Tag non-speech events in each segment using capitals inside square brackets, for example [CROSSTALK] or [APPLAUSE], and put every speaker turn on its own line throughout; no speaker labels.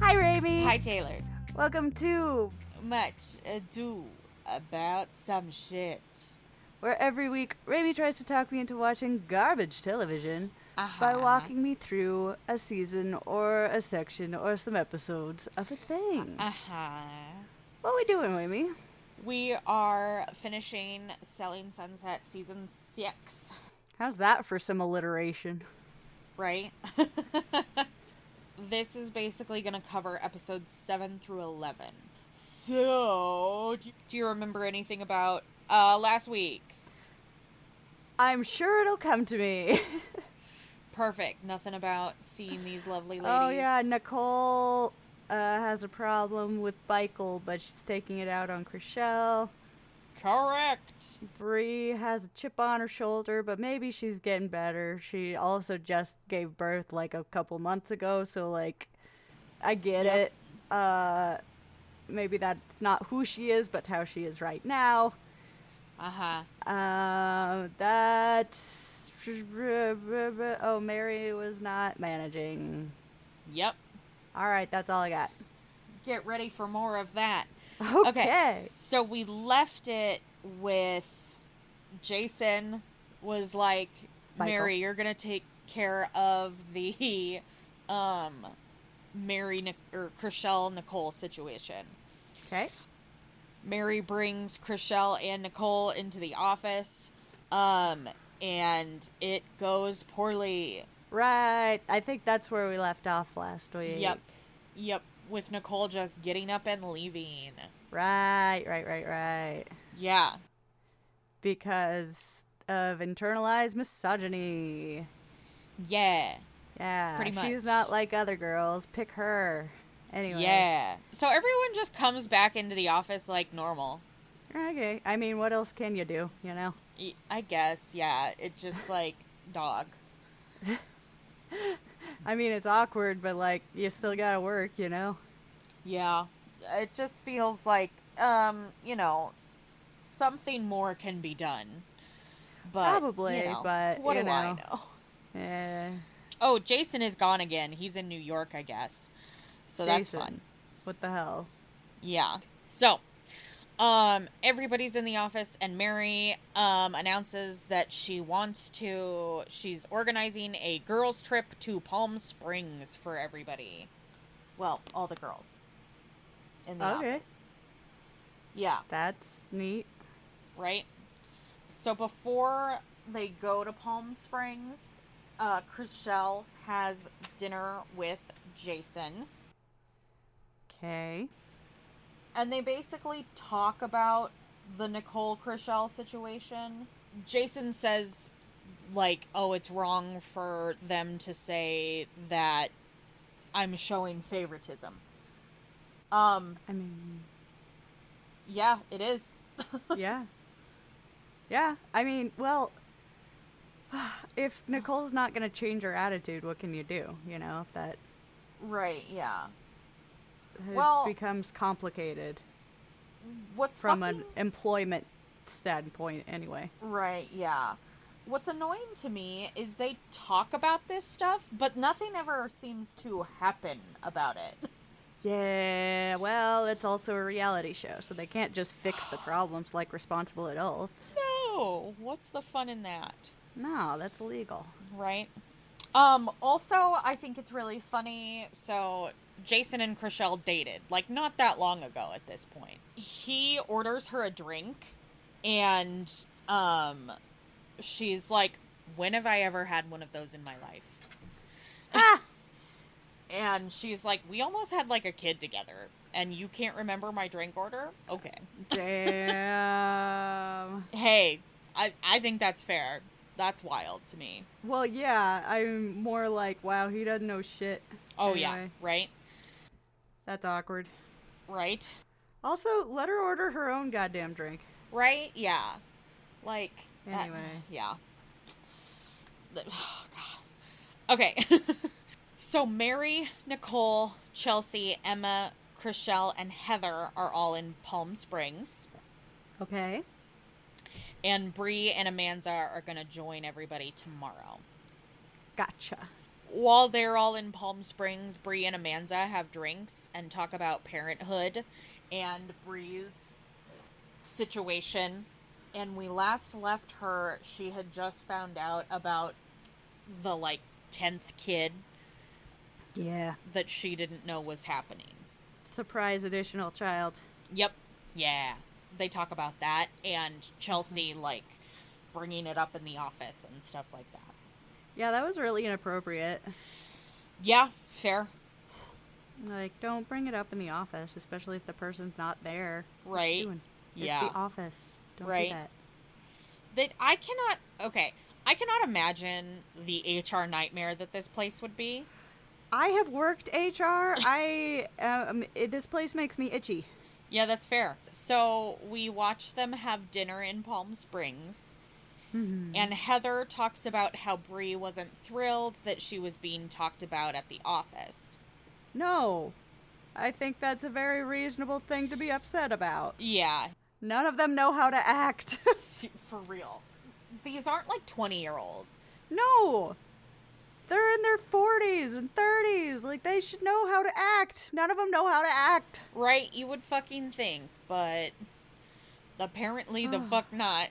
Hi, Raby.
Hi, Taylor.
Welcome to
Much ado about some shit.
where every week Raby tries to talk me into watching garbage television by
Uh-huh.
walking me through a season or a section or some episodes of a thing.
Uh huh.
Uh-huh. What we doing, Raby?
We are finishing Selling Sunset season six,
How's that for some alliteration?
right? [LAUGHS] this is basically going to cover episodes seven through 11. So, do you- do you remember anything about uh, last week?
I'm sure it'll come to me. [LAUGHS]
Perfect. Nothing about seeing these lovely ladies.
oh yeah, Nicole uh, has a problem with Michael, but she's taking it out on Chriselle.
Correct.
Bree has a chip on her shoulder, but maybe she's getting better. She also just gave birth like a couple months ago, so like I get
Yep.
it. Uh maybe that's not who she is, but how she is right now.
Uh huh.
Um that's oh Mary was not managing.
Yep.
All right, that's all I got.
Get ready for more of that.
Okay.
So we left it with Jason was like,
Michael.
Mary, you're going to take care of the um Mary Nic- or Chriselle Nicole situation.
Okay.
Mary brings Chriselle and Nicole into the office. Um and it goes poorly.
Right. I think that's where we left off last week.
Yep. Yep, with Nicole just getting up and leaving.
Right, right, right, right.
Yeah.
because of internalized misogyny.
Yeah.
Yeah,
Pretty
She's
much.
not like other girls. Pick her. Anyway.
Yeah. So everyone just comes back into the office like normal.
Okay. I mean, what else can you do? You know.
Y- I guess, yeah. It just like dog.
I mean, it's awkward, but like, you still gotta work. You know.
Yeah. It just feels like um, you know, something more can be done. But you
Probably,
know,
but,
what
you
do I
know.
know?
Eh,
Oh, Jason is gone again. He's in New York, I guess. So that's
Jason,
fun.
What the hell?
Yeah. So, um, everybody's in the office, and Mary um, announces that she wants to. She's organizing a girls' trip to Palm Springs for everybody. Well, all the girls in the
Okay.
office. Yeah.
That's neat.
Right. So before they go to Palm Springs, uh, Chriselle has dinner with Jason.
Okay.
and they basically talk about the Nicole Chriselle situation. Jason says, like, oh, it's wrong for them to say that I'm showing favoritism. Um,
I mean,
yeah, it is.
yeah. Yeah. I mean, well. [SIGHS] If Nicole's not going to change her attitude, what can you do? You know, if that
Right, yeah.
it
Well-
becomes complicated.
What's
from
fucking...
an employment standpoint anyway
Right, yeah. What's annoying to me is they talk about this stuff, but nothing ever seems to happen about it.
yeah well it's also a reality show so they can't just fix the problems like responsible adults
No, what's the fun in that?
no that's illegal
Right. Um, also, I think it's really funny. So, Jason and Chriselle dated, like, not that long ago at this point. He orders her a drink, and, um, she's like, When have I ever had one of those in my life? [LAUGHS] and she's like, We almost had, like, a kid together, and you can't remember my drink order? Okay.
damn
Hey, I, I think that's fair. That's wild to me.
well yeah i'm more like wow he doesn't know shit
Oh, yeah.
Anyway,
Right?
that's awkward
Right?
also let her order her own goddamn drink
Right? Yeah. Like that-
Anyway.
yeah. Oh, [SIGHS] God. Okay. [LAUGHS] so Mary, Nicole, Chelsea, Emma, Chriselle, and Heather are all in Palm Springs,
okay
and Bree and Amanza are gonna join everybody tomorrow.
gotcha
while they're all in Palm Springs, Bree and Amanza have drinks and talk about parenthood and Bree's situation. And we last left her, she had just found out about the like 10th kid
Yeah.
that she didn't know was happening.
Surprise additional child.
Yep. Yeah. They talk about that and Chelsea like bringing it up in the office and stuff like that.
Yeah, that was really inappropriate.
Yeah, fair.
Like, don't bring it up in the office, especially if the person's not there. What you
Right.
doing?
Yeah.
It's the office. Don't
Right.
do that.
That I cannot okay, I cannot imagine the HR nightmare that this place would be.
I have worked HR. I um, it, this place makes me itchy.
Yeah, that's fair. So we watch them have dinner in Palm Springs, and Heather talks about how Bree wasn't thrilled that she was being talked about at the office.
No, I think that's a very reasonable thing to be upset about.
Yeah, [LAUGHS]
None of them know how to act. [LAUGHS]
s- for real. These aren't like 20 year olds.
no, they're in their forties and thirties. Like they should know how to act. None of them know how to act.
Right? You would fucking think, but apparently the
Ugh.
fuck not.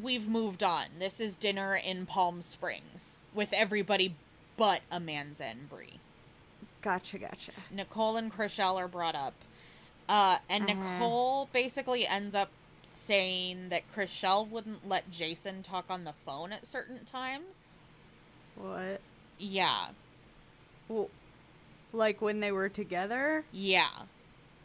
We've moved on. This is dinner in Palm Springs with everybody but Amanda and Bree.
Gotcha, gotcha.
Nicole and Chriselle are brought up. Uh, and
Uh-huh.
Nicole basically ends up saying that Chriselle wouldn't let Jason talk on the phone at certain times.
What?
Yeah.
Well, like when they were together.
Yeah.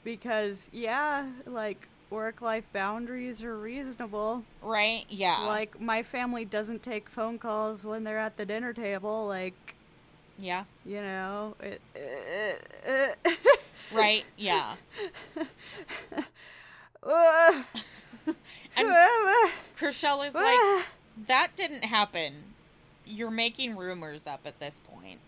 because yeah like work life boundaries are reasonable
Right? Yeah.
like my family doesn't take phone calls when they're at the dinner table like
yeah.
you know it,
Right? Yeah. And
[LAUGHS]
Chriselle is like, that didn't happen. You're making rumors up at this point.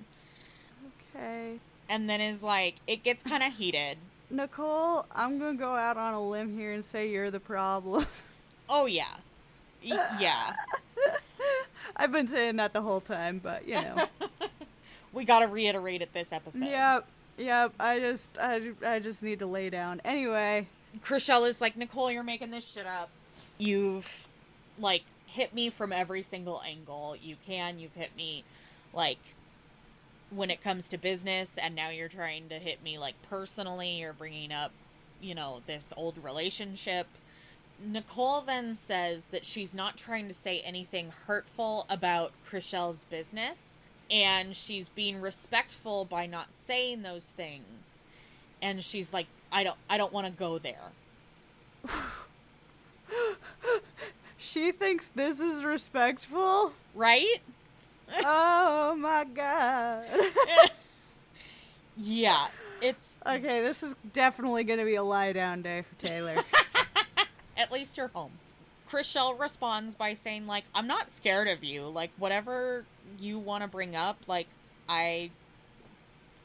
okay
And then is like, it gets kind of heated.
nicole i'm gonna go out on a limb here and say you're the problem [LAUGHS]
Oh, yeah. Y- yeah.
i've been saying that the whole time but you know
[LAUGHS] We got to reiterate it this episode.
yep yep i just I, I just need to lay down anyway
Chriselle is like, Nicole, you're making this shit up. You've like hit me from every single angle you can. You've hit me like when it comes to business, and now you're trying to hit me like personally. You're bringing up, you know, this old relationship. Nicole then says that she's not trying to say anything hurtful about Chriselle's business, and she's being respectful by not saying those things. And she's like, I don't, I don't want to go there.
She thinks this is respectful.
right?
oh my god. [LAUGHS]
Yeah, it's
Okay, this is definitely going to be a lie down day for Taylor.
at least you're home. Chriselle responds by saying, like, I'm not scared of you. Like, whatever you want to bring up, like, I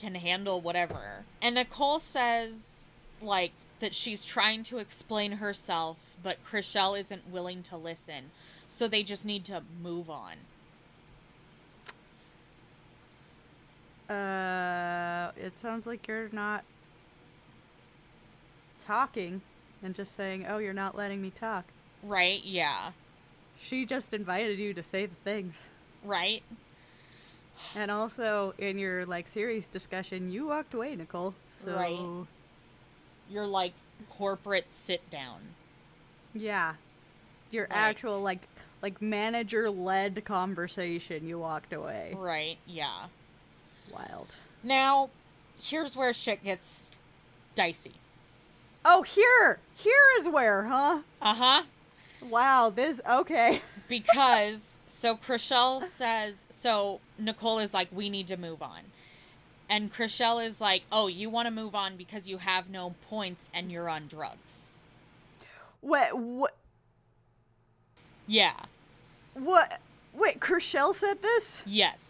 can handle whatever. And Nicole says, like, that she's trying to explain herself, but Chriselle isn't willing to listen. So they just need to move on.
uh, it sounds like you're not talking and just saying, "Oh, you're not letting me talk."
Right? Yeah.
She just invited you to say the things.
Right?
And also in your like series discussion, you walked away, Nicole. So
Right. You're like corporate sit down.
Yeah. Your
Like-
actual like like manager led conversation you walked away.
Right? Yeah.
Wild.
Now, here's where shit gets dicey.
Oh here here is where, huh?
Uh huh.
Wow, this okay. [LAUGHS]
Because, so Chriselle says, so Nicole is like, we need to move on. And Chriselle is like, oh, you want to move on because you have no points and you're on drugs.
What what
Yeah.
what wait, Kershell said this?
Yes.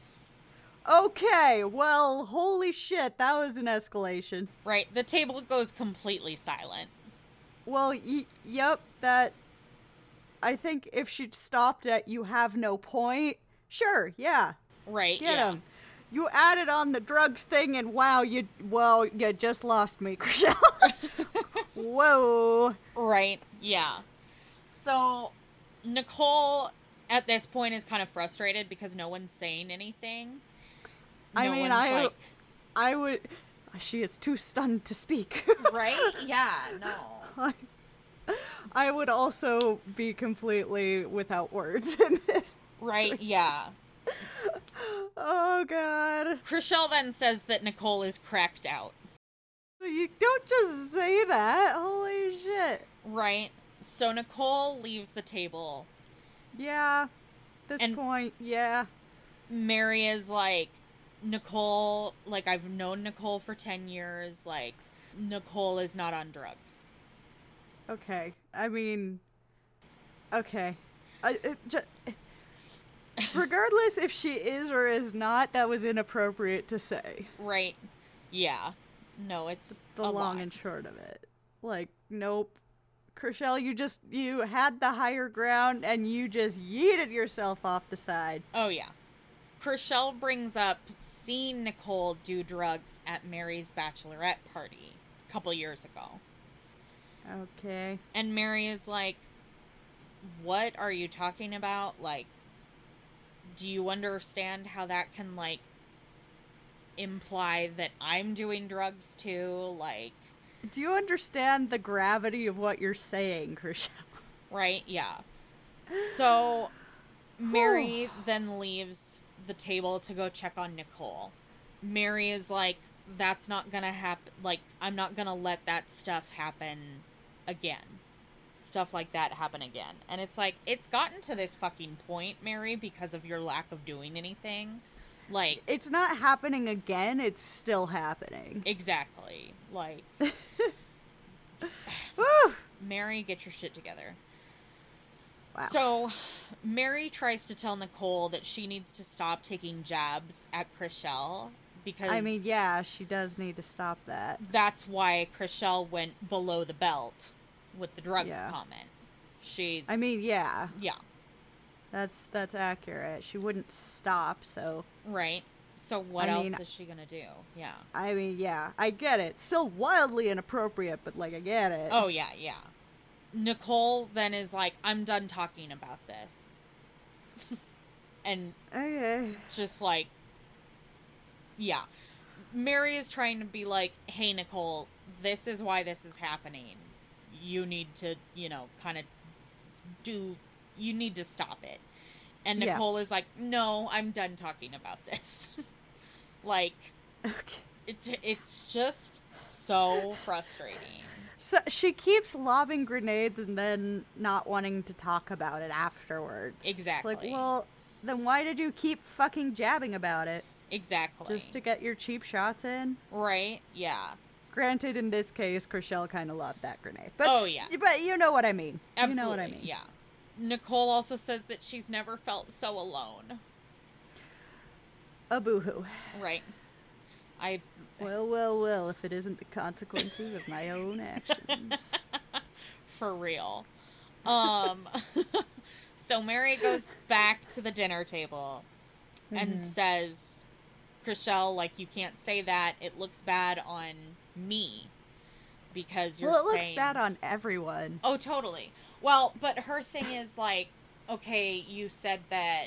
Okay, well holy shit, that was an escalation.
Right. The table goes completely silent.
Well y- yep, that I think if she stopped at you have no point, sure, yeah.
Right.
Get
yeah.
him. you added on the drugs thing, and wow, you well, you just lost me, [LAUGHS] Chriselle. Whoa.
Right. Yeah. So Nicole at this point is kind of frustrated because no one's saying anything.
I
No
mean,
one's
I-
like,
I would. She is too stunned to speak. [LAUGHS]
right? Yeah, no.
I would also be completely without words in this.
Right? Yeah.
Oh god.
Chriselle then says that Nicole is cracked out.
You don't just say that. Holy shit.
Right? So Nicole leaves the table.
Yeah. This
And-
point, yeah.
Mary is like, Nicole, like, I've known Nicole for 10 years. Like, Nicole is not on drugs.
Okay. I mean, okay. I, it, ju- regardless if she is or is not, that was inappropriate to say.
Right? Yeah. No, it's
The
a
long
lot.
and short of it. Like, nope. Chriselle, you just you had the higher ground and you just yeeted yourself off the side.
Oh, yeah. Chriselle brings up seeing Nicole do drugs at Mary's bachelorette party a couple years ago.
Okay.
And Mary is like, What are you talking about? Like, do you understand how that can, like, imply that I'm doing drugs too? Like,
Do you understand the gravity of what you're saying, Chriselle?
right? Yeah. So Mary then leaves the table to go check on Nicole. Mary is like, That's not gonna happen. Like, I'm not gonna let that stuff happen again. stuff like that happen again. And it's like, it's gotten to this fucking point, Mary, because of your lack of doing anything. Like,
[LAUGHS] It's not happening again, it's still happening.
exactly. Like,
Whew!
Mary, get your shit together.
Wow.
So, Mary tries to tell Nicole that she needs to stop taking jabs at Chriselle because
I mean, yeah, she does need to stop that.
that's why Chriselle went below the belt with the drugs
Yeah.
comment. She's
I mean, yeah,
yeah,
that's that's accurate. She wouldn't stop, so
right. So what
I
else
mean-
is she gonna do? Yeah.
I mean, yeah, I get it. Still wildly inappropriate, but like I get it.
Oh yeah, yeah. Nicole then is like, I'm done talking about this. [LAUGHS] and
okay.
just like yeah mary is trying to be like hey nicole this is why this is happening you need to you know kind of do you need to stop it and
Yeah.
nicole is like no i'm done talking about this [LAUGHS] like
okay.
it's it's just so frustrating
So she keeps lobbing grenades and then not wanting to talk about it afterwards. It's
Exactly.
like, well, then why did you keep fucking jabbing about it?
exactly
Just to get your cheap shots in?
right yeah
Granted, in this case, Chriselle kind of lobbed that grenade. But
Oh,
s-
yeah.
But you know what I mean.
absolutely
You know what I mean.
yeah nicole also says that she's never felt so alone
A boohoo.
right i
Well, well, well, if it isn't the consequences of my own
[LAUGHS]
actions.
for real. Um, [LAUGHS] so Mary goes back to the dinner table and
Mm-hmm.
says, "Chriselle, like you can't say that. It looks bad on me because you're
well, it looks
saying-
bad on everyone.
Oh, totally. Well, but her thing is like, okay, you said that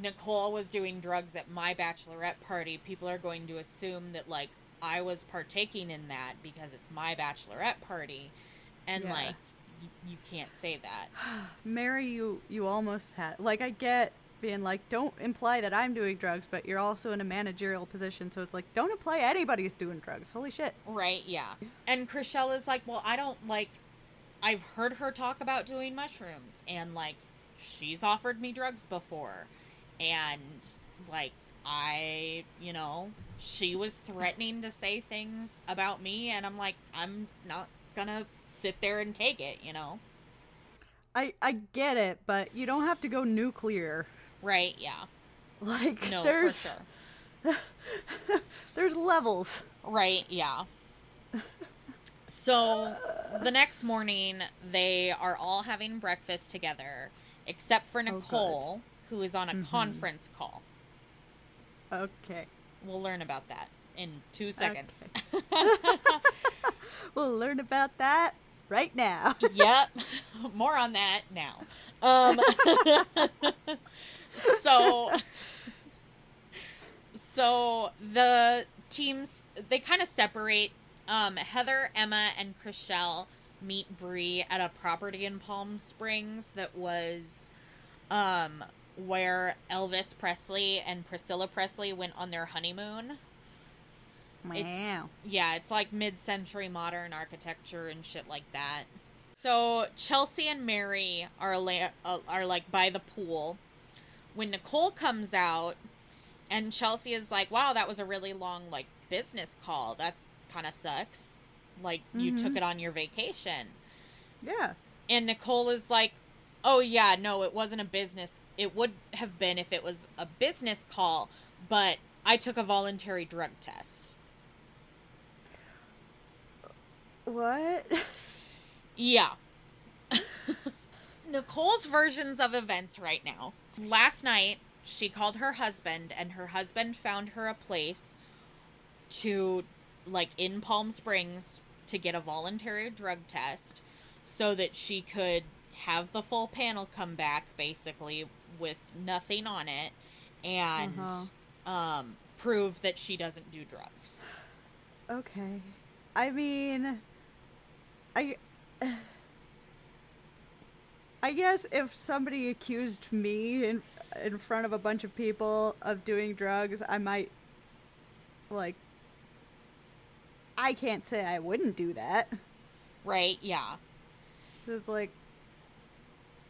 Nicole was doing drugs at my bachelorette party. People are going to assume that like I was partaking in that because it's my bachelorette party, and
Yeah.
like you, you can't say that.
Mary, you, you almost had. Like, I get being like, don't imply that I'm doing drugs, but you're also in a managerial position, so it's like, don't imply anybody's doing drugs. Holy shit.
Right, yeah. And Chriselle is like, well, I don't like. I've heard her talk about doing mushrooms, and like, she's offered me drugs before. And like, I, you know, she was threatening to say things about me, and I'm like, I'm not gonna sit there and take it, you know?
I, I get it, but you don't have to go nuclear. [LAUGHS]
Right, yeah.
Like,
No,
there's,
for sure.
there's levels.
Right, yeah. So the next morning, they are all having breakfast together, except for
good.
Nicole, who is on a conference call.
Okay.
We'll learn about that in two seconds.
We'll learn about that right now.
yep. [LAUGHS] More on that now. Um, [LAUGHS] so, so the teams they kind of separate. Um, Heather, Emma, and Chriselle meet Bree at a property in Palm Springs that was um, where Elvis Presley and Priscilla Presley went on their honeymoon.
Wow.
Yeah, it's like mid century modern architecture and shit like that. So Chelsea and Mary are la- uh, are like by the pool when Nicole comes out, and Chelsea is like, "Wow, that was a really long like business call. That kind of sucks. Like you took
Mhm.
it on your vacation."
Yeah.
And Nicole is like, "Oh yeah, no, it wasn't a business. It would have been if it was a business call, but I took a voluntary drug test." [LAUGHS]
What?
Yeah. [LAUGHS] Nicole's versions of events right now. Last night, she called her husband, and her husband found her a place to, like, in Palm Springs to get a voluntary drug test so that she could have the full panel come back, basically, with nothing on it and um, prove that she doesn't do drugs.
Okay. I mean, I. I guess if somebody accused me in in front of a bunch of people of doing drugs, I might like I can't say I wouldn't do that.
Right? Yeah.
It's like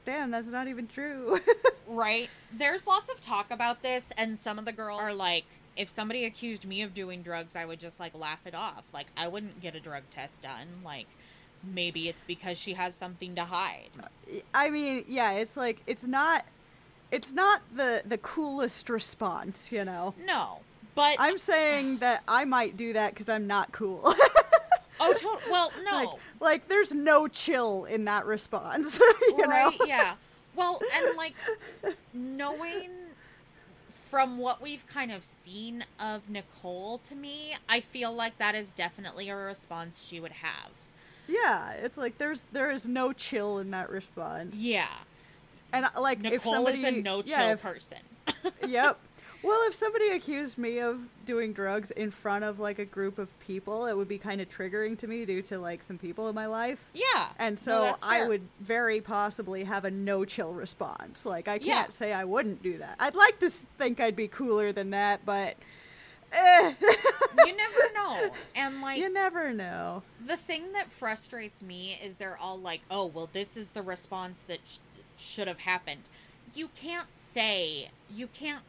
damn, that's not even true. [LAUGHS]
Right. There's lots of talk about this, and some of the girls are like, if somebody accused me of doing drugs, I would just like laugh it off. Like, I wouldn't get a drug test done. Like, maybe it's because she has something to hide.
I mean, yeah, it's like it's not it's not the the coolest response, you know.
No. But,
I'm saying that I might do that cuz I'm not cool. [LAUGHS]
oh, to- well, no.
like, like there's no chill in that response. [LAUGHS] you know?
right? Yeah. Well, and like knowing from what we've kind of seen of Nicole to me, I feel like that is definitely a response she would have.
Yeah, it's like there's there is no chill in that response.
Yeah.
And uh, like if
Nicole
somebody
is a no chill
yeah, if-
person.
[LAUGHS] yep. Well, if somebody accused me of doing drugs in front of like a group of people, it would be kind of triggering to me due to like some people in my life.
Yeah.
And
No,
so
that's
I
fair.
would very possibly have a no chill response. Like I can't
Yeah.
say I wouldn't do that. I'd like to s- think I'd be cooler than that, but eh,
[LAUGHS]
[LAUGHS]
You never know. And like
you never know.
the thing that frustrates me is they're all like, "Oh, well, this is the response that sh- should have happened." You can't say you can't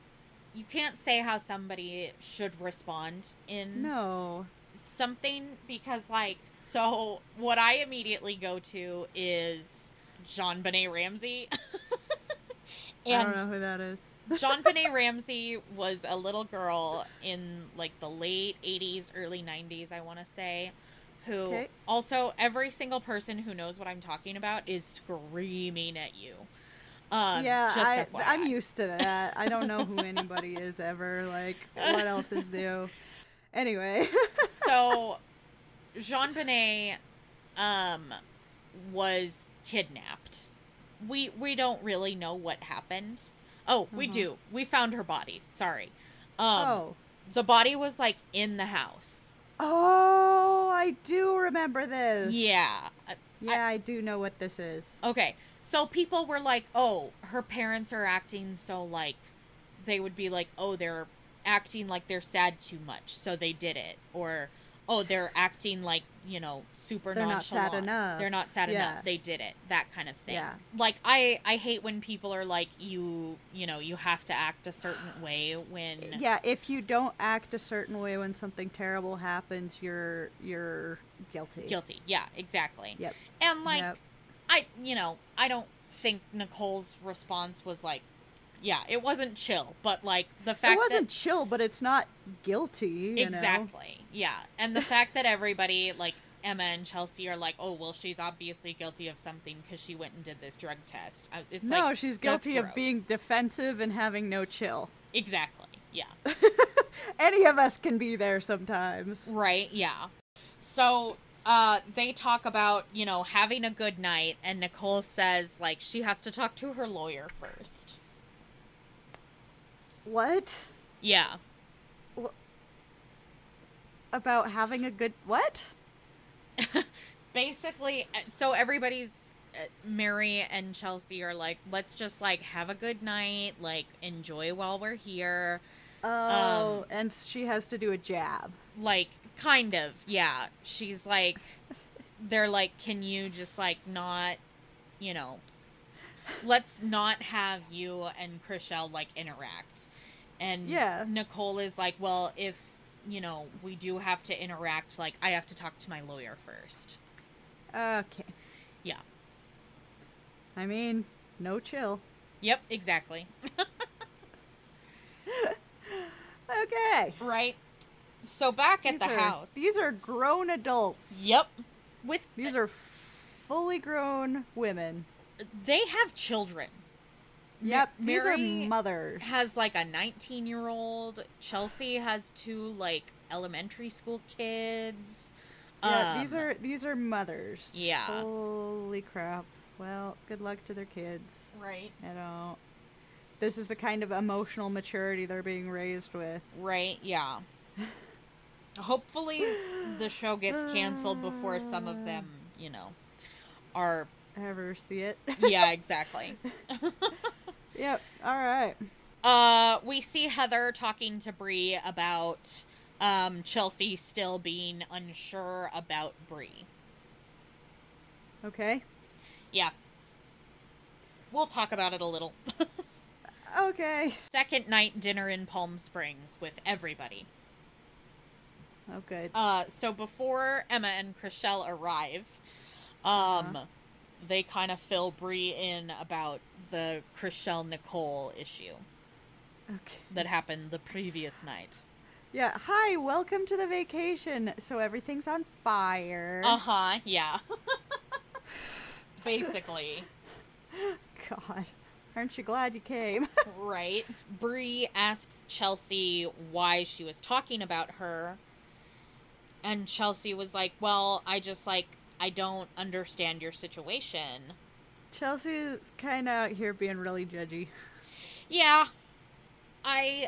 you can't say how somebody should respond in
No.
something because like so what I immediately go to is Jean Benet Ramsey. [LAUGHS]
I don't know who that is.
John Benet Ramsey was a little girl in like the late 80s, early 90s, I want to say, who
Okay.
also every single person who knows what I'm talking about is screaming at you. Um,
yeah,
just
I,
FYI.
I'm used to that. I don't know who anybody is ever. Like, what else is new? Anyway. [LAUGHS]
so Jean Benet um was kidnapped. We we don't really know what happened. Oh, we
Mhm.
do. We found her body. Sorry. [LAUGHS] Um
oh.
the body was like in the house.
Oh, I do remember this.
Yeah. Uh,
Yeah, I do know what this is.
Okay. So people were like, "Oh, her parents are acting so like they would be like, "Oh, they're acting like they're sad too much, so they did it." Or, "Oh, they're acting like, you know, super
They're not sad
nonchalant.
enough."
They're not sad
Yeah.
enough. They did it." That kind of thing.
Yeah.
Like I I hate when people are like, "You, you know, you have to act a certain way when
Yeah, if you don't act a certain way when something terrible happens, you're you're guilty.
guilty." Yeah, exactly.
Yep.
And like
Yep.
I, you know, I don't think Nicole's response was like, yeah, it wasn't chill, but like the fact
It wasn't
that
chill, but it's not guilty. you know?
exactly, yeah, and the fact that everybody like Emma and Chelsea are like, oh well, she's obviously guilty of something because she went and did this drug test. I- It's
No,
like,
she's
that's
guilty of being
gross.
defensive and having no chill.
exactly.
[LAUGHS]
Yeah.
Any of us can be there sometimes.
Right, yeah. So uh, they talk about, you know, having a good night, and Nicole says, like, she has to talk to her lawyer first.
What?
Yeah.
About having a good what?
Basically, uh, so everybody's, uh, Mary and Chelsea are like, let's just, like, have a good night, like, enjoy while we're here.
Oh,
Um,
and she has to do a jab.
like kind of yeah she's like they're like can you just like not you know let's not have you and Chriselle like interact and
Yeah.
Nicole is like well if you know we do have to interact like I have to talk to my lawyer first
Okay.
yeah
I mean, no chill.
yep exactly
Okay.
right so back
These
at the
are-
house
These are grown adults.
yep with
These are fully grown women.
they have children
Yep. these are
Mary
mothers.
has like a 19 year old. Chelsea has two like elementary school kids.
yeah, these
Um,
are these are mothers.
yeah.
Holy crap. Well, good luck to their kids.
right,
I don't. This is the kind of emotional maturity they're being raised with.
right,
[LAUGHS]
yeah. Hopefully, the show gets canceled before some of them, you know, are.
Ever see it? [LAUGHS]
Yeah, exactly.
yep. All right.
Uh, we see Heather talking to Bree about um, Chelsea still being unsure about Bree.
Okay.
Yeah. We'll talk about it a little. [LAUGHS]
Okay.
Second night dinner in Palm Springs with everybody.
Oh, good.
Uh, so before Emma and Chriselle arrive, um,
Uh-huh.
they kind of fill Bree in about the Chriselle Nicole issue
Okay.
that happened the previous night.
Yeah. Hi. Welcome to the vacation. So everything's on fire.
Uh huh. Yeah. [LAUGHS] Basically,
[LAUGHS] God. Aren't you glad you came? [LAUGHS]
right? Bree asks Chelsea why she was talking about her, and Chelsea was like, "Well, I just like I don't understand your situation."
Chelsea's kind of out here being really judgy.
Yeah. I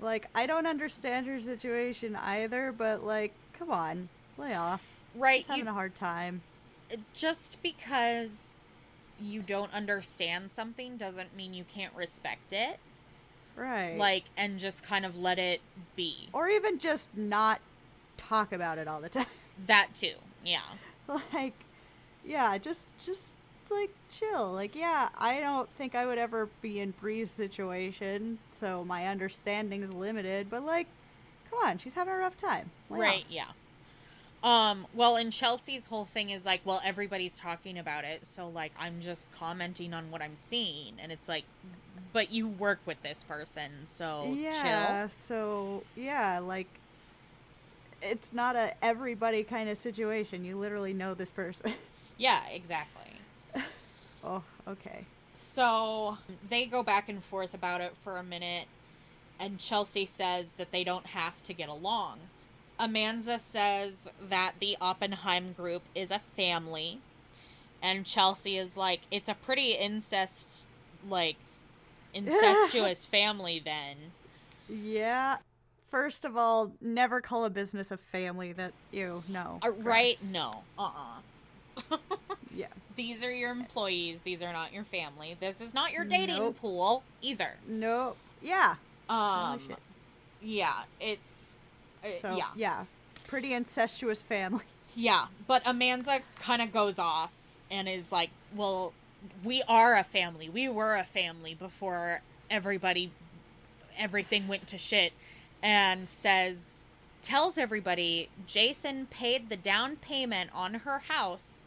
Like, I don't understand her situation either, but like, come on, lay off.
right
She's having
you-
a hard time.
just because you don't understand something doesn't mean you can't respect it.
Right.
Like and just kind of let it be.
or even just not talk about it all the [LAUGHS] time.
That too. Yeah.
like, yeah, just just like chill. Like, yeah, I don't think I would ever be in Bree's situation, so my understanding is limited. But like, come on, she's having a rough time. Lay off.
Right, yeah. Um well, and Chelsea's whole thing is like, well, everybody's talking about it, so like I'm just commenting on what I'm seeing and it's like but you work with this person, so
yeah. So yeah, like. It's not a everybody kind of situation. You literally know this person. [LAUGHS]
chill. Yeah, exactly.
oh, okay.
So they go back and forth about it for a minute, and Chelsea says that they don't have to get along. Amanza says that the Oppenheim group is a family, and Chelsea is like, it's a pretty incest,
[LAUGHS]
like, incestuous family then.
Yeah. First of all, never call a business a family. That you no.
Uh, right?
gross.
No. Uh uh
Yeah.
These are your employees. These are not your family. This is not your dating
Nope.
pool either.
No. Yeah.
Um,
shit.
yeah, it's. uh,
So
yeah.
yeah. Pretty incestuous family. [LAUGHS]
Yeah, but Amanza kind of goes off and is like, "Well, we are a family. We were a family before everybody everything went to shit." And says tells everybody Jason paid the down payment on her house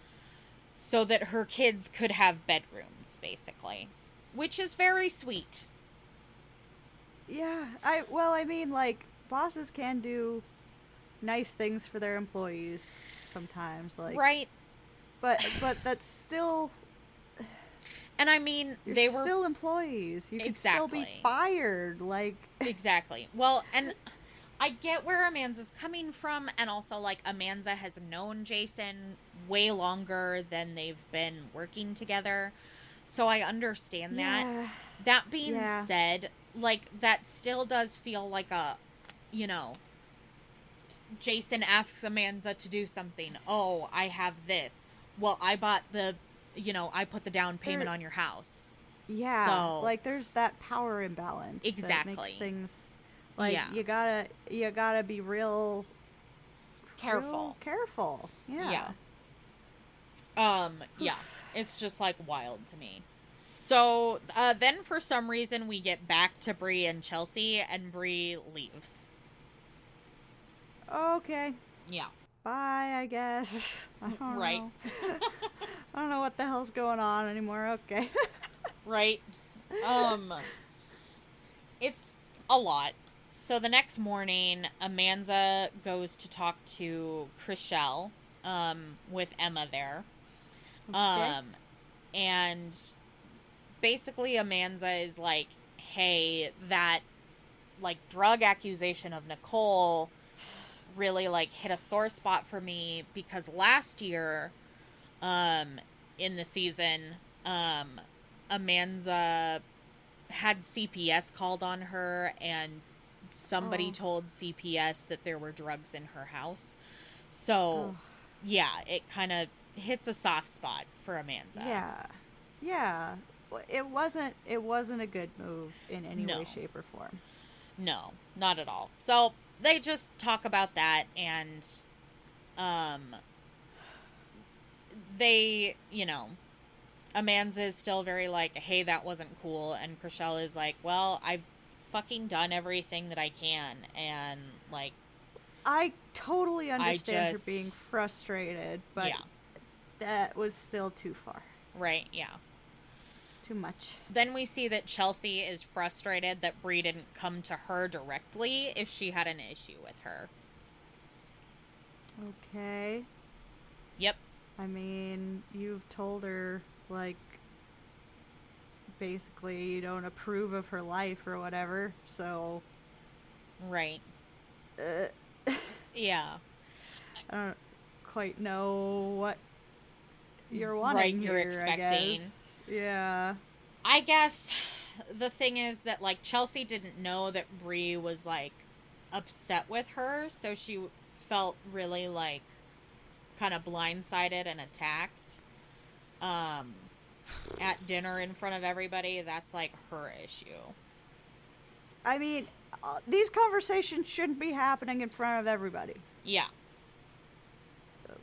so that her kids could have bedrooms basically, which is very sweet.
Yeah. I well, I mean, like bosses can do nice things for their employees sometimes. Like
right?
But but that's still
And I mean,
You're
they were
still employees. You could still be
Exactly.
fired. Like,
Exactly. Well, and I get where Amanza's coming from, and also, like, Amanda has known Jason way longer than they've been working together. So I understand that.
yeah.
That being
Yeah.
said, like, that still does feel like a, you know, Jason asks Amanda to do something. Oh, I have this. Well, I bought the, you know, I put the down payment
There-
on your house.
Yeah,
So-
like there's that power imbalance. That
Exactly.
makes things like
Yeah.
you gotta you gotta be real real
Careful.
careful. Yeah.
Yeah. Um, yeah, it's just like wild to me. So uh, then, for some reason, we get back to Bree and Chelsea, and Bree leaves.
Okay.
Yeah,
Bye, I guess. [LAUGHS] I don't
Right.
know. I don't know what the hell's going on anymore. Okay. [LAUGHS]
right. Um, it's a lot. So the next morning, Amanda goes to talk to Chriselle, um, with Emma there. Um, and basically, Amanda is like, "Hey, that like drug accusation of Nicole really like hit a sore spot for me because last year, um, in the season, um, Amanda had CPS called on her and." Somebody
Oh.
told CPS that there were drugs in her house. So,
Oh,
yeah, it kind of hits a soft spot for Amanda.
yeah. Yeah. Well, It wasn't it wasn't a good move in any
No.
way, shape, or form.
No, not at all. So they just talk about that and um they, you know, Amanda is still very like, hey, that wasn't cool. And Chriselle is like, well, I've fucking done everything that I can. And like,
I totally
I
understand
just-
her being frustrated, but
yeah,
that was still too far.
right, yeah.
It's too much.
Then we see that Chelsea is frustrated that Bree didn't come to her directly if she had an issue with her.
Okay.
Yep.
I mean, you've told her, like, basically you don't approve of her life or whatever, so.
Right.
Uh,
Yeah.
I don't quite know what you're
Right,
wanting.
you're
here, I
expecting.
guess. Yeah.
I guess the thing is that like Chelsea didn't know that Bree was like upset with her, so she felt really like kind of blindsided and attacked. Um at dinner in front of everybody, that's like her issue.
I mean, uh, these conversations shouldn't be happening in front of everybody,
Yeah.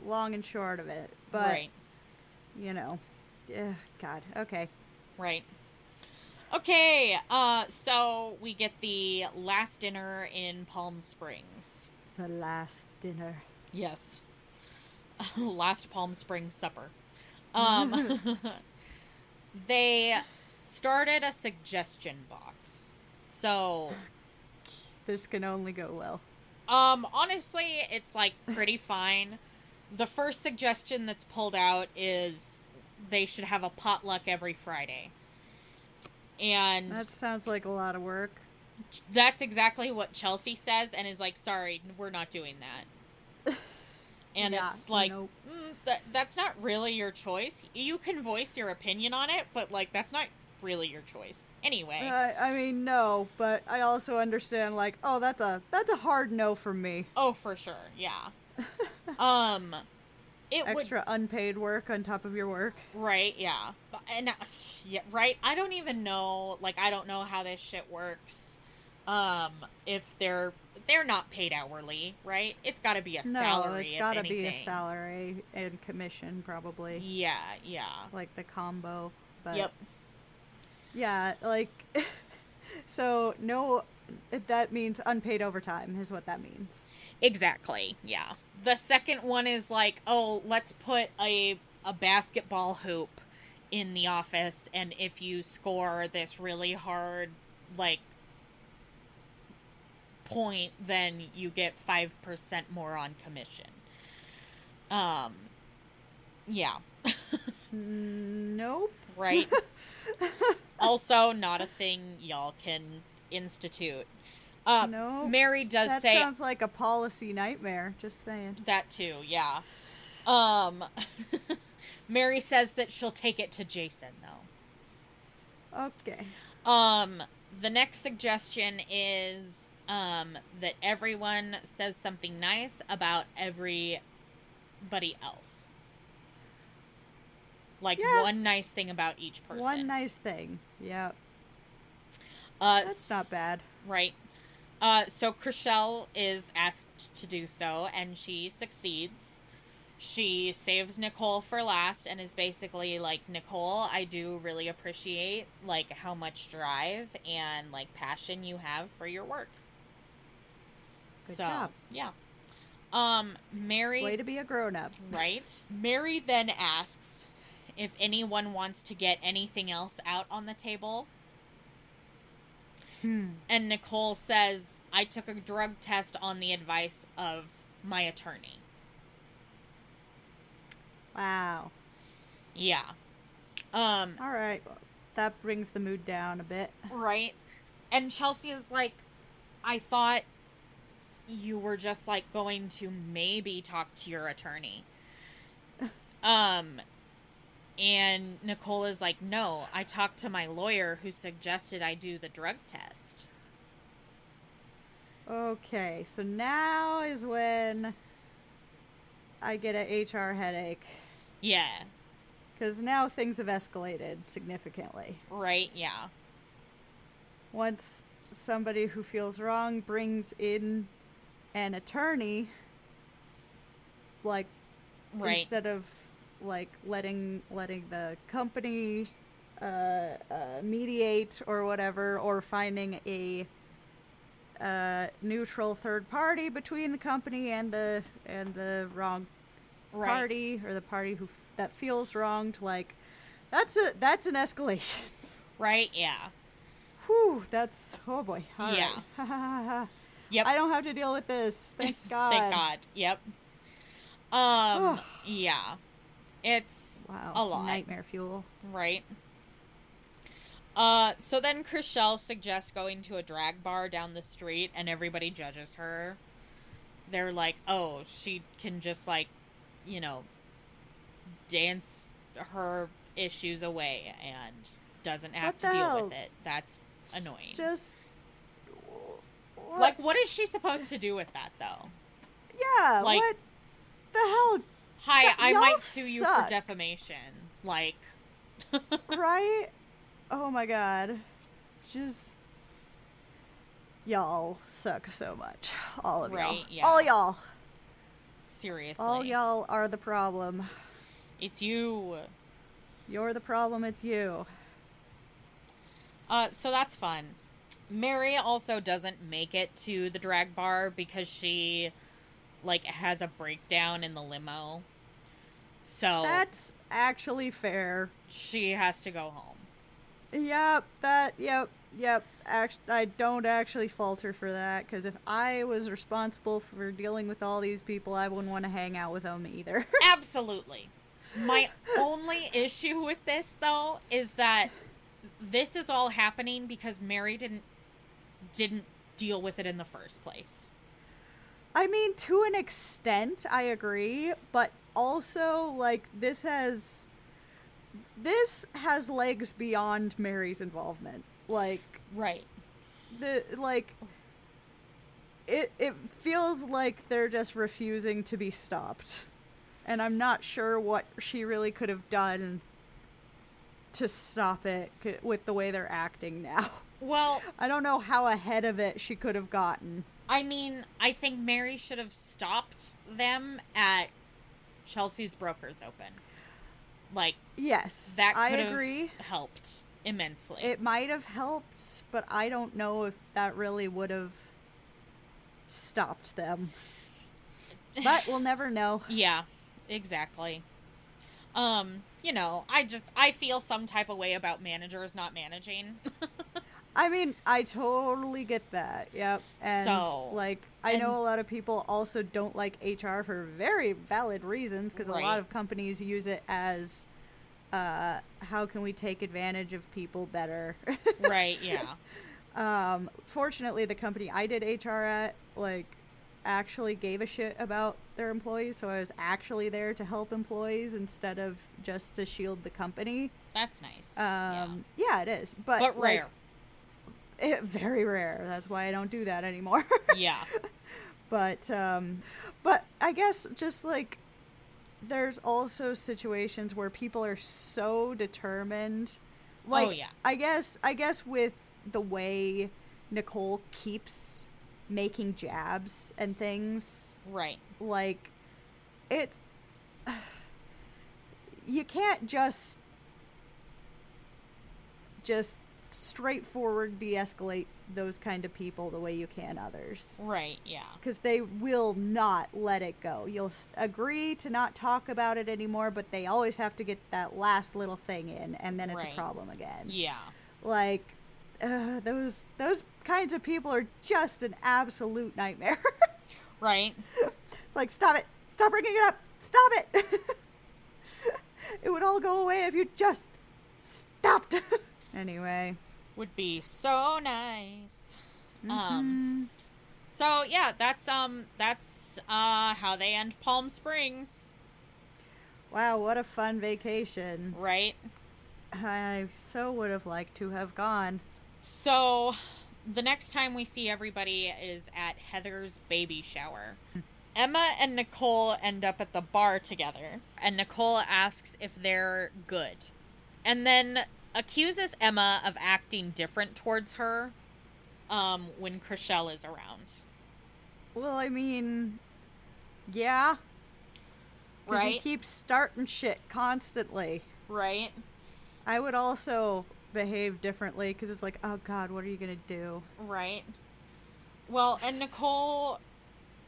long and short of it. But,
right.
you know. Yeah, God. Okay.
Right. Okay, uh so we get the last dinner in Palm Springs.
The last dinner.
Yes. [LAUGHS] Last Palm Springs supper. Um, they started a suggestion box. So,
This can only go well.
um, honestly, it's like pretty fine. The first suggestion that's pulled out is they should have a potluck every Friday. And
That sounds like a lot of work.
that's exactly what Chelsea says and is like, sorry, we're not doing that. And
Yeah,
it's like,
nope.
mm, that, that's not really your choice. You can voice your opinion on it, but like, that's not really your choice. Anyway,
Uh, I, I mean, no, but I also understand. Like, oh, that's a that's a hard no for me.
oh, for sure.
[LAUGHS]
Yeah. um, it would,
Extra unpaid work on top of your work.
right? Yeah. But- And uh, [SIGHS] yeah, right. I don't even know, like, I don't know how this shit works. Um, if they're, they're not paid hourly, right? It's gotta be a
No,
salary.
it's
if
gotta be a
anything.
salary and commission, probably
Yeah, yeah.
like the combo. But
yep.
yeah, like [LAUGHS] so no, that means unpaid overtime is what that means.
Exactly. Yeah. The second one is like, oh, let's put a a basketball hoop in the office and if you score this really hard like point, then you get 5% more on commission. Um yeah.
Nope.
right? also, not a thing y'all can institute. Uh,
No,
Mary does
That
say
sounds like a policy nightmare. Just saying.
that too. Yeah. Um, [LAUGHS] Mary says that she'll take it to Jason though.
Okay.
Um, the next suggestion is um that everyone says something nice about everybody else. Like
Yeah.
one nice thing about each person.
One nice thing. Yeah,
uh,
that's not bad.
Right. Uh, so Chriselle is asked to do so, and she succeeds. She saves Nicole for last and is basically like, Nicole, I do really appreciate like how much drive and like passion you have for your work.
Good
so
job.
yeah. Um Mary
Way to be a grown up.
Right? Mary then asks if anyone wants to get anything else out on the table.
Hmm.
And Nicole says, I took a drug test on the advice of my attorney.
Wow.
Yeah. Um,
All right. Well, that brings the mood down a bit.
right? And Chelsea is like, I thought you were just like going to maybe talk to your attorney. Um, and Nicole is like, no, I talked to my lawyer who suggested I do the drug test.
Okay. So now is when I get a HR headache
Yeah.
because now things have escalated significantly.
Right? Yeah.
Once somebody who feels wrong brings in an attorney, like
Right.
instead of like letting letting the company uh, uh, mediate or whatever, or finding a uh, neutral third party between the company and the and the wrong
right.
party or the party who f- that feels wronged. Like that's a that's an escalation. [LAUGHS]
Right? Yeah.
Whew, that's oh boy. All right.
Yeah.
[LAUGHS] Ha, ha, ha, ha.
Yep.
I don't have to deal with
[LAUGHS]
this. Thank God.
Thank God. Yep. Um. yeah. It's
Wow.
a lot,
Nightmare fuel.
right? Uh. So then, Chriselle suggests going to a drag bar down the street, and everybody judges her. They're like, "Oh, she can just like, you know, dance her issues away and doesn't have
What
to
the
deal
hell?
with it." That's annoying.
Just what?
like, what is she supposed to do with that though?
yeah.
like-
what the
Hi,
That-
I
y'all
might sue you for
suck.
defamation. Like,
hell? right? Oh my God. Just y'all suck so much. All of y'all.
Right, yeah.
All y'all.
seriously.
All Oh, y'all are the problem.
It's you.
You're the problem. It's you.
Uh, so that's fun. Mary also doesn't make it to the drag bar because she, like, has a breakdown in the limo. So
That's actually fair.
she has to go home. [LAUGHS]
Yep, that, yep, yep. Act- I don't actually falter for that because if I was responsible for dealing with all these people, I wouldn't want to hang out with them either.
Absolutely. My only issue with this, though, is that this is all happening because Mary didn't didn't deal with it in the first place.
I mean, to an extent, I agree, but also, like, this has. This has legs beyond Mary's involvement. Like,
Right.
the. Like. It, it feels like they're just refusing to be stopped. And I'm not sure what she really could have done to stop it c- with the way they're acting now. [LAUGHS]
Well,
I don't know how ahead of it she could have gotten.
I mean, I think Mary should have stopped them at Chelsea's brokers open. Like
Yes.
that
I
could have
agree.
helped immensely.
It might have helped, but I don't know if that really would have stopped
[LAUGHS]
them. But we'll never know.
yeah, exactly. Um, you know, I just I feel some type of way about managers
[LAUGHS]
not managing.
I mean, I totally get that. Yep. And
So,
like I
and-
know a lot of people also don't like HR for very valid reasons because
Right.
a lot of companies use it as uh, how can we take advantage of people better? [LAUGHS]
right, yeah.
um, fortunately, the company I did HR at, like, actually gave a shit about their employees, so I was actually there to help employees instead of just to shield the company.
That's nice.
Um, yeah. it is, but,
But
like,
rare.
it, very rare. That's why I don't do that anymore. [LAUGHS]
yeah.
but um but i guess just like there's also situations where people are so determined like
yeah.
i guess i guess with the way nicole keeps making jabs and things
Right.
like it [SIGHS] you can't just just straightforward de-escalate those kind of people the way you can others
Right, yeah.
because they will not let it go. You'll s- agree to not talk about it anymore, but they always have to get that last little thing in, and then it's
Right.
a problem again.
Yeah.
Like uh, those those kinds of people are just an absolute nightmare. [LAUGHS]
Right.
it's like stop it, stop bringing it up, stop it. [LAUGHS] it would all go away if you just stopped. [LAUGHS] anyway,
Would be so nice.
Mm-hmm.
Um so yeah, that's um that's uh how they end Palm Springs,
Mm-hmm. wow, what a fun vacation!
right?
I so would have liked to have gone.
So the next time we see everybody is at Heather's baby shower. Hmm. Emma and Nicole end up at the bar together, and Nicole asks if they're good. And then accuses Emma of acting different towards her um, when Chriselle is around.
Well, I mean, yeah. 'cause He
Right?
keeps starting shit constantly.
Right?
I would also behave differently because it's like, oh god, what are you gonna do?
Right. Well, and Nicole,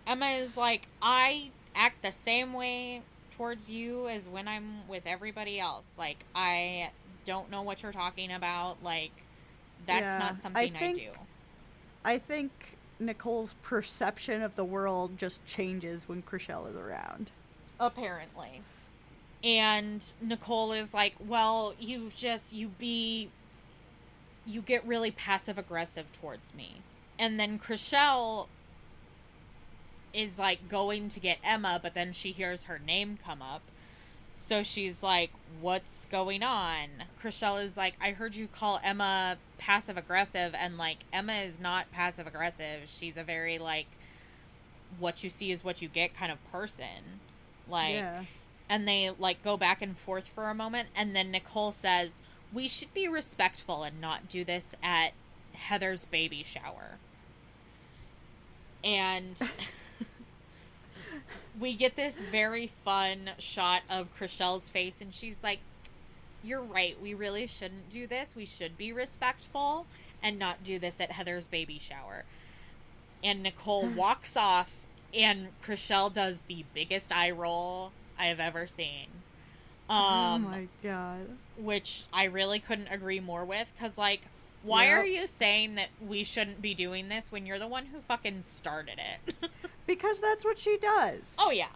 Emma is like, I act the same way towards you as when I'm with everybody else. Like, I don't know what you're talking about. Like, that's
Yeah, I
not something I,
think-
do.
I think Nicole's perception of the world just changes when Chriselle is around.
Apparently. And Nicole is like, well, you just, you be, you get really passive aggressive towards me. And then Chriselle is like going to get Emma, but then she hears her name come up. So she's like, What's going on? Chriselle is like, I heard you call Emma passive aggressive. And like, Emma is not passive aggressive. She's a very like, what you see is what you get kind of person. Like,
Yeah.
and they like go back and forth for a moment. And then Nicole says, We should be respectful and not do this at Heather's baby shower.
[LAUGHS]
And we get this very fun shot of Chriselle's face, and she's like, You're right. We really shouldn't do this. We should be respectful and not do this at Heather's baby shower.
[SIGHS]
And Nicole walks off, and Chriselle does the biggest eye roll I have ever seen. Um,
oh my god.
which I really couldn't agree more with because, like, why
Yep.
are you saying that we shouldn't be doing this when you're the one who fucking started
[LAUGHS]
it?
Because that's what she does.
oh, yeah.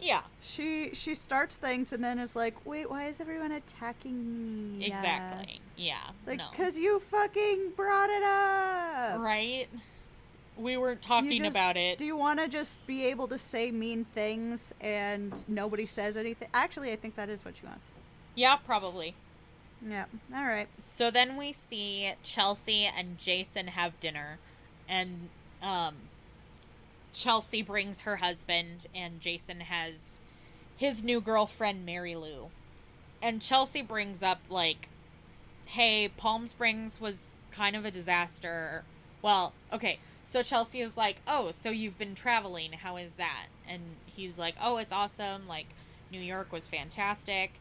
Yeah.
She she starts things and then is like, wait, why is everyone attacking me?
Exactly. Yeah.
Like,
no.
cause you fucking brought it up.
right? We were
You
talking
just-
about it.
Do you want to just be able to say mean things and nobody says anything? Actually, I think that is what she wants.
yeah, probably.
Yeah. All right.
So then we see Chelsea and Jason have dinner, and um, Chelsea brings her husband, and Jason has his new girlfriend, Mary Lou. And Chelsea brings up, like, hey, Palm Springs was kind of a disaster. Well, okay. So Chelsea is like, oh, so you've been traveling. How is that? And he's like, oh, it's awesome. Like, New York was fantastic.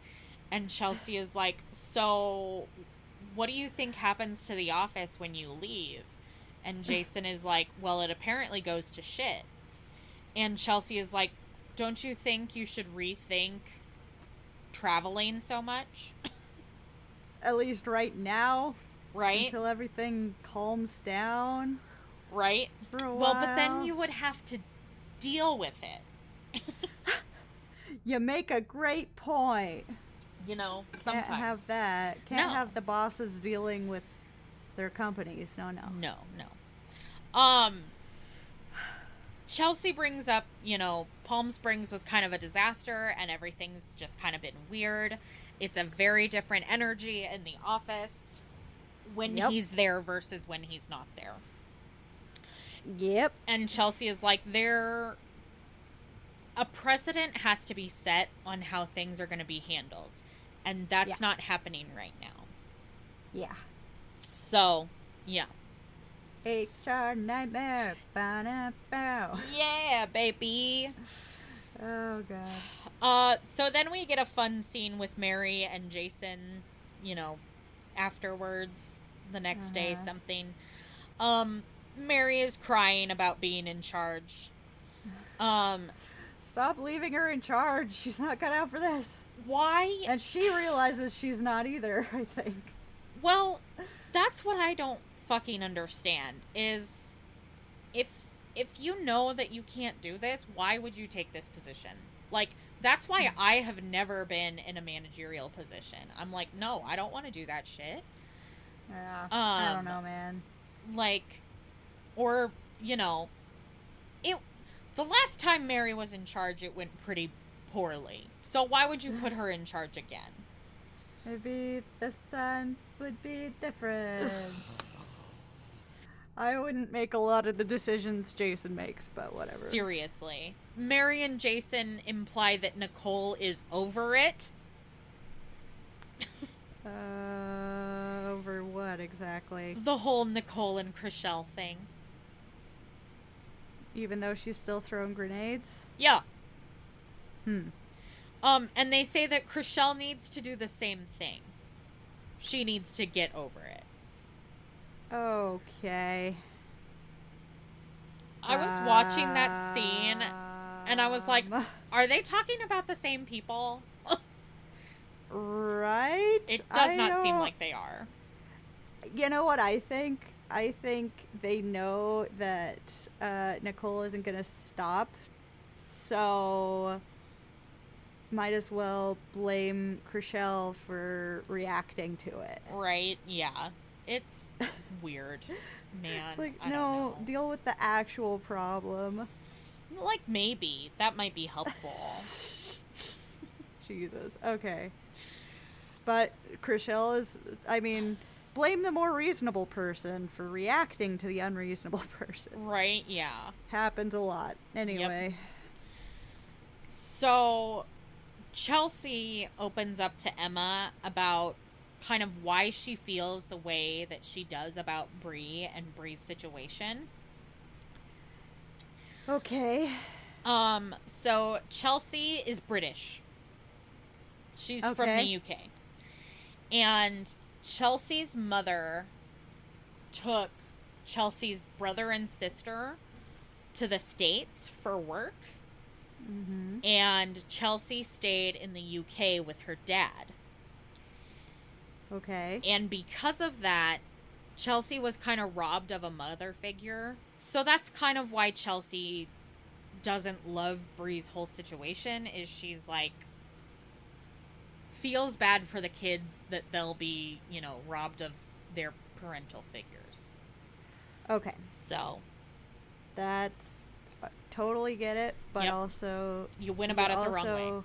And Chelsea is like, so what do you think happens to the office when you leave?
[LAUGHS]
And Jason is like, well, it apparently goes to shit. And Chelsea is like, don't you think you should rethink traveling so much?
At least right now,
Right?
until everything calms down
right?
for a
Well,
while.
but then you would have to deal with it.
you make a great point.
You know,
Can't
sometimes
have that. Can't
No.
have the bosses dealing with their companies. No, no.
No, no. Um Chelsea brings up, you know, Palm Springs was kind of a disaster and everything's just kind of been weird. It's a very different energy in the office when
Yep.
he's there versus when he's not there.
Yep.
And Chelsea is like there a precedent has to be set on how things are going to be handled. And that's
Yeah.
not happening right now.
Yeah.
So, yeah.
HR nightmare. Ba-da-bow.
Yeah, baby.
Oh god.
Uh, so then we get a fun scene with Mary and Jason, you know, afterwards, the next day,
Uh-huh.
something. Um, Mary is crying about being in charge. Um,
Stop leaving her in charge. She's not cut out for this.
why?
And she realizes she's not either, [LAUGHS] I think.
Well, that's what I don't fucking understand is if if you know that you can't do this, why would you take this position? Like that's why I have never been in a managerial position. I'm like, no, I don't want to do that shit.
Yeah. I
Um,
don't know, man.
like or you know it the last time mary was in charge it went pretty poorly so why would you put her in charge again
Maybe this time would be different. [SIGHS] I wouldn't make a lot of the decisions Jason makes, but whatever.
seriously mary and jason imply that nicole is over it
Uh, over what exactly?
the whole nicole and chriselle thing
Even though she's still throwing grenades?
yeah
Hmm.
um and they say that chriselle needs to do the same thing she needs to get over it
Okay.
i was watching that scene and I was like,
Um, [LAUGHS]
are they talking about the same people [LAUGHS]
right?
It does
I
not seem
don't-
like they are.
You know what I think? I think they know that uh, Nicole isn't going to stop. So might as well blame Chriselle for reacting to it.
Right? Yeah.
[LAUGHS]
It's weird, man.
It's like,
I
no,
don't know.
deal with the actual problem.
like maybe that might be helpful.
[LAUGHS] Jesus. Okay. But Chriselle is, I mean, blame the more reasonable person for reacting to the unreasonable [LAUGHS] person.
right? Yeah.
Happens a lot. Anyway.
So Chelsea opens up to Emma about kind of why she feels the way that she does about Bree and Bree's situation.
Okay.
Um so Chelsea is British. She's from
Okay.
the UK. And Chelsea's mother took Chelsea's brother and sister to the states for work
Mm-hmm.
and Chelsea stayed in the UK with her dad.
Okay.
And because of that, Chelsea was kind of robbed of a mother figure. So that's kind of why Chelsea doesn't love Bree's whole situation is she's like feels bad for the kids that they'll be, you know, robbed of their parental figures.
Okay.
So
That's uh, totally get it, but
Yep.
also
you went
you
about it the wrong way.
also-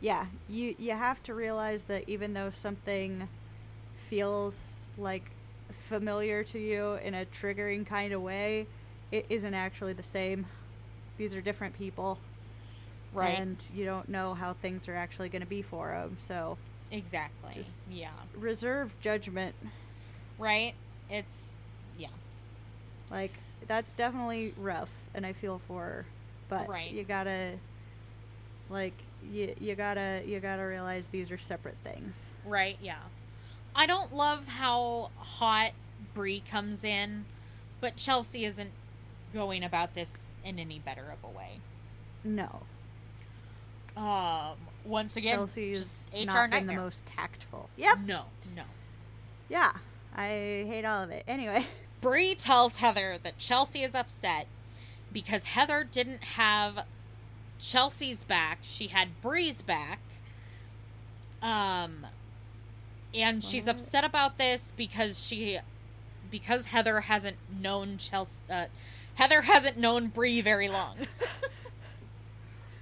Yeah, you you have to realize that even though something feels like familiar to you in a triggering kind of way, it isn't actually the same. These are different people,
Right.
And you don't know how things are actually going to be for them. So
exactly.
just-
yeah.
reserve judgment.
Right? It's yeah.
Like that's definitely rough, and I feel for her, but
Right.
you gotta like you you gotta you gotta realize these are separate things.
Right, yeah. I don't love how hot Bree comes in, but Chelsea isn't going about this in any better of a way.
No,
Um, once again,
Chelsea is
just HR
not been the
nightmare.
most tactful. Yep.
No, no.
Yeah. I hate all of it.
[LAUGHS]
Anyway.
Bree tells Heather that Chelsea is upset because Heather didn't have Chelsea's back; she had Bree's back, Um, and she's
What?
upset about this because she, because Heather hasn't known Chelsea. Uh, Heather hasn't known Bree
[LAUGHS]
very long.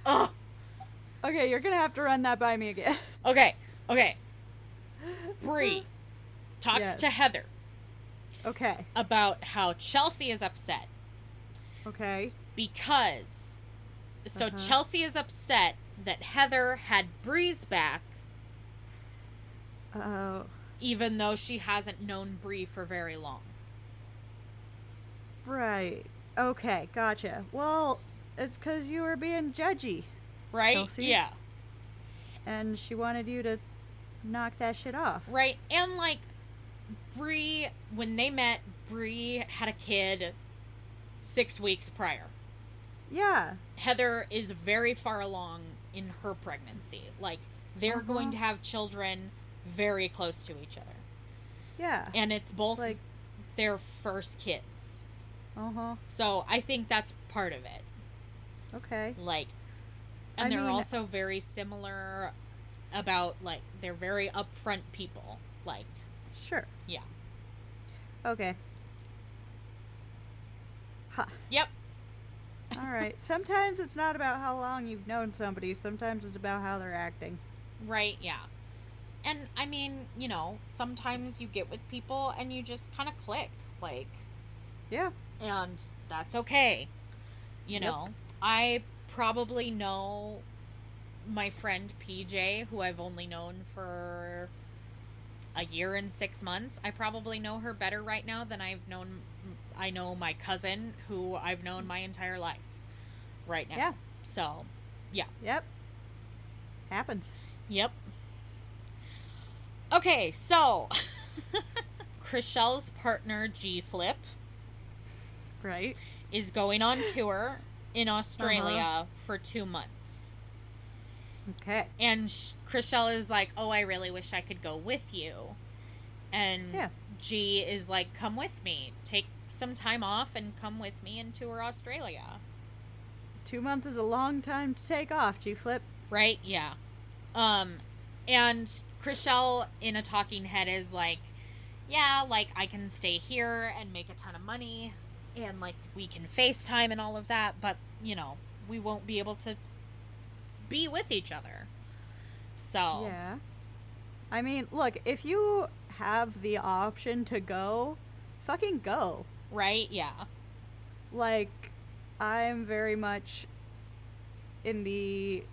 Ugh.
Okay, you're gonna have to run that by me again. [LAUGHS]
Okay, okay. Bree talks
Yes.
to Heather
Okay.
about how Chelsea is upset
Okay.
because so
Uh-huh.
Chelsea is upset that Heather had Bree's back
Oh.
even though she hasn't known Bree for very long.
Right. Okay, gotcha. Well, it's because you were being judgy,
Right?
Chelsea?
Yeah.
and she wanted you to knock that shit off.
Right. And like Bree when they met, Bree had a kid 6 weeks prior.
Yeah.
Heather is very far along in her pregnancy. Like they're
Uh-huh.
going to have children very close to each other.
Yeah.
And it's both
Like-
their first kids.
Uh huh.
So I think that's part of it.
Okay.
Like and
I
they're
mean-
also very similar about like they're very upfront people. Like
Sure.
Yeah.
Okay. Ha.
Yep.
All
[LAUGHS]
right. Sometimes it's not about how long you've known somebody. Sometimes it's about how they're acting.
Right, yeah. And I mean, you know, sometimes you get with people and you just kind of click, like,
Yeah.
and that's okay. You
Yep.
know, I probably know my friend PJ, who I've only known for a year and six months. I probably know her better right now than I've known. I know my cousin, who I've known my entire life, right now.
Yeah.
So,
Yep. Happens.
Yep. Okay, [LAUGHS] so Chriselle's partner G Flip
Right.
is going on tour in Australia for two months,
Okay.
and sh- Chriselle is like, "Oh, I really wish I could go with you," and
Yeah.
G is like, "Come with me. Take some time off and come with me and tour Australia."
Two months is a long time to take off, G Flip.
Right? Yeah. Um and Chriselle in a talking head is like, Yeah, like I can stay here and make a ton of money and like we can FaceTime and all of that, but you know, we won't be able to be with each other. So
Yeah. I mean, look, if you have the option to go, fucking go.
right, yeah.
Like, I'm very much in the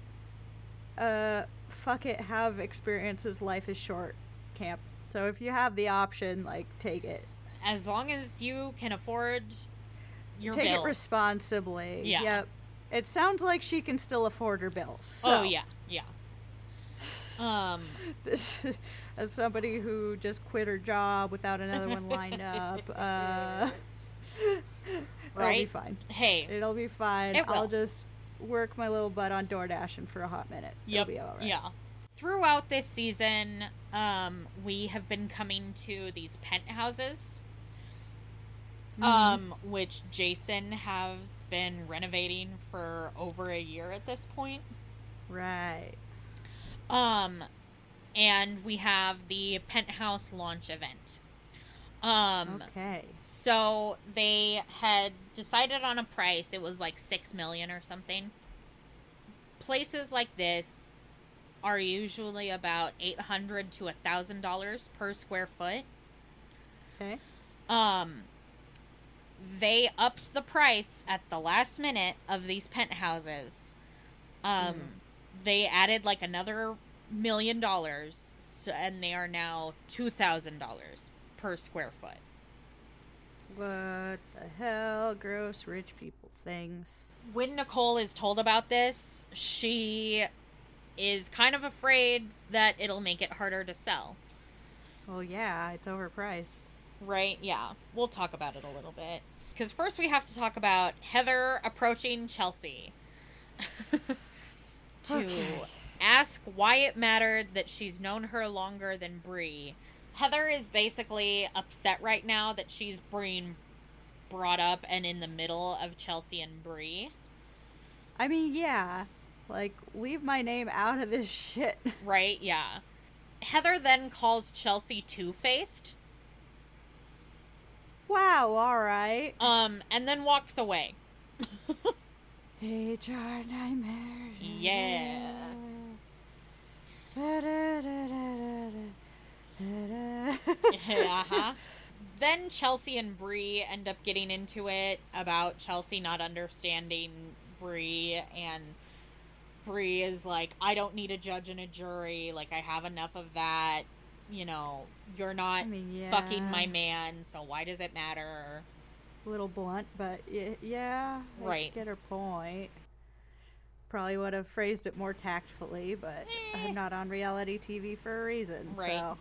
uh fuck it, have experiences, life is short camp. So if you have the option, like take it.
As long as you can afford your
take
bills.
it responsibly.
Yeah.
Yep. It sounds like she can still afford her bills. so-
Oh yeah, yeah. Um
[LAUGHS] this as somebody who just quit her job without another one
[LAUGHS]
lined up. Uh, [LAUGHS] It'll be
Right.
fine.
hey,
It'll be fine.
It
I'll
will.
just work my little butt on DoorDash and for a hot minute. It'll be all right.
Yeah. Throughout this season, um, we have been coming to these penthouses,
Mhm.
um, which Jason has been renovating for over a year at this point.
Right.
Um, and we have the penthouse launch event. Um,
Okay.
so they had decided on a price. It was like 6 million or something. Places like this are usually about 800 to $1000 per square foot.
Okay.
Um they upped the price at the last minute of these penthouses. Um they added like another million dollars so, and they are now $2000 per square foot.
What the hell? Gross rich people things.
when Nicole is told about this, she is kind of afraid that it'll make it harder to sell.
Well, yeah, it's overpriced.
Right? Yeah. We'll talk about it a little bit. Because first we have to talk about Heather approaching Chelsea [LAUGHS] to
Okay.
ask why it mattered that she's known her longer than Bree. Heather is basically upset right now that she's being brought up and in the middle of Chelsea and Bree.
I mean, yeah. Like, leave my name out of this [LAUGHS] shit.
Right? Yeah. Heather then calls Chelsea two faced,
Wow, all right.
um, and then walks
[LAUGHS]
away.
HR nightmare. [LAUGHS]
Yeah. [LAUGHS] uh-huh. Then Chelsea and Bree end up getting into it about Chelsea not understanding Bree and Bree is like, I don't need a judge and a jury, like I have enough of that. You know, you're not
I mean, yeah.
fucking my man, so why does it matter?
Little blunt, but y- yeah. I
Right.
Get her point. Probably would have phrased it more tactfully, but
Eh.
I'm not on reality TV for a reason.
Right.
So.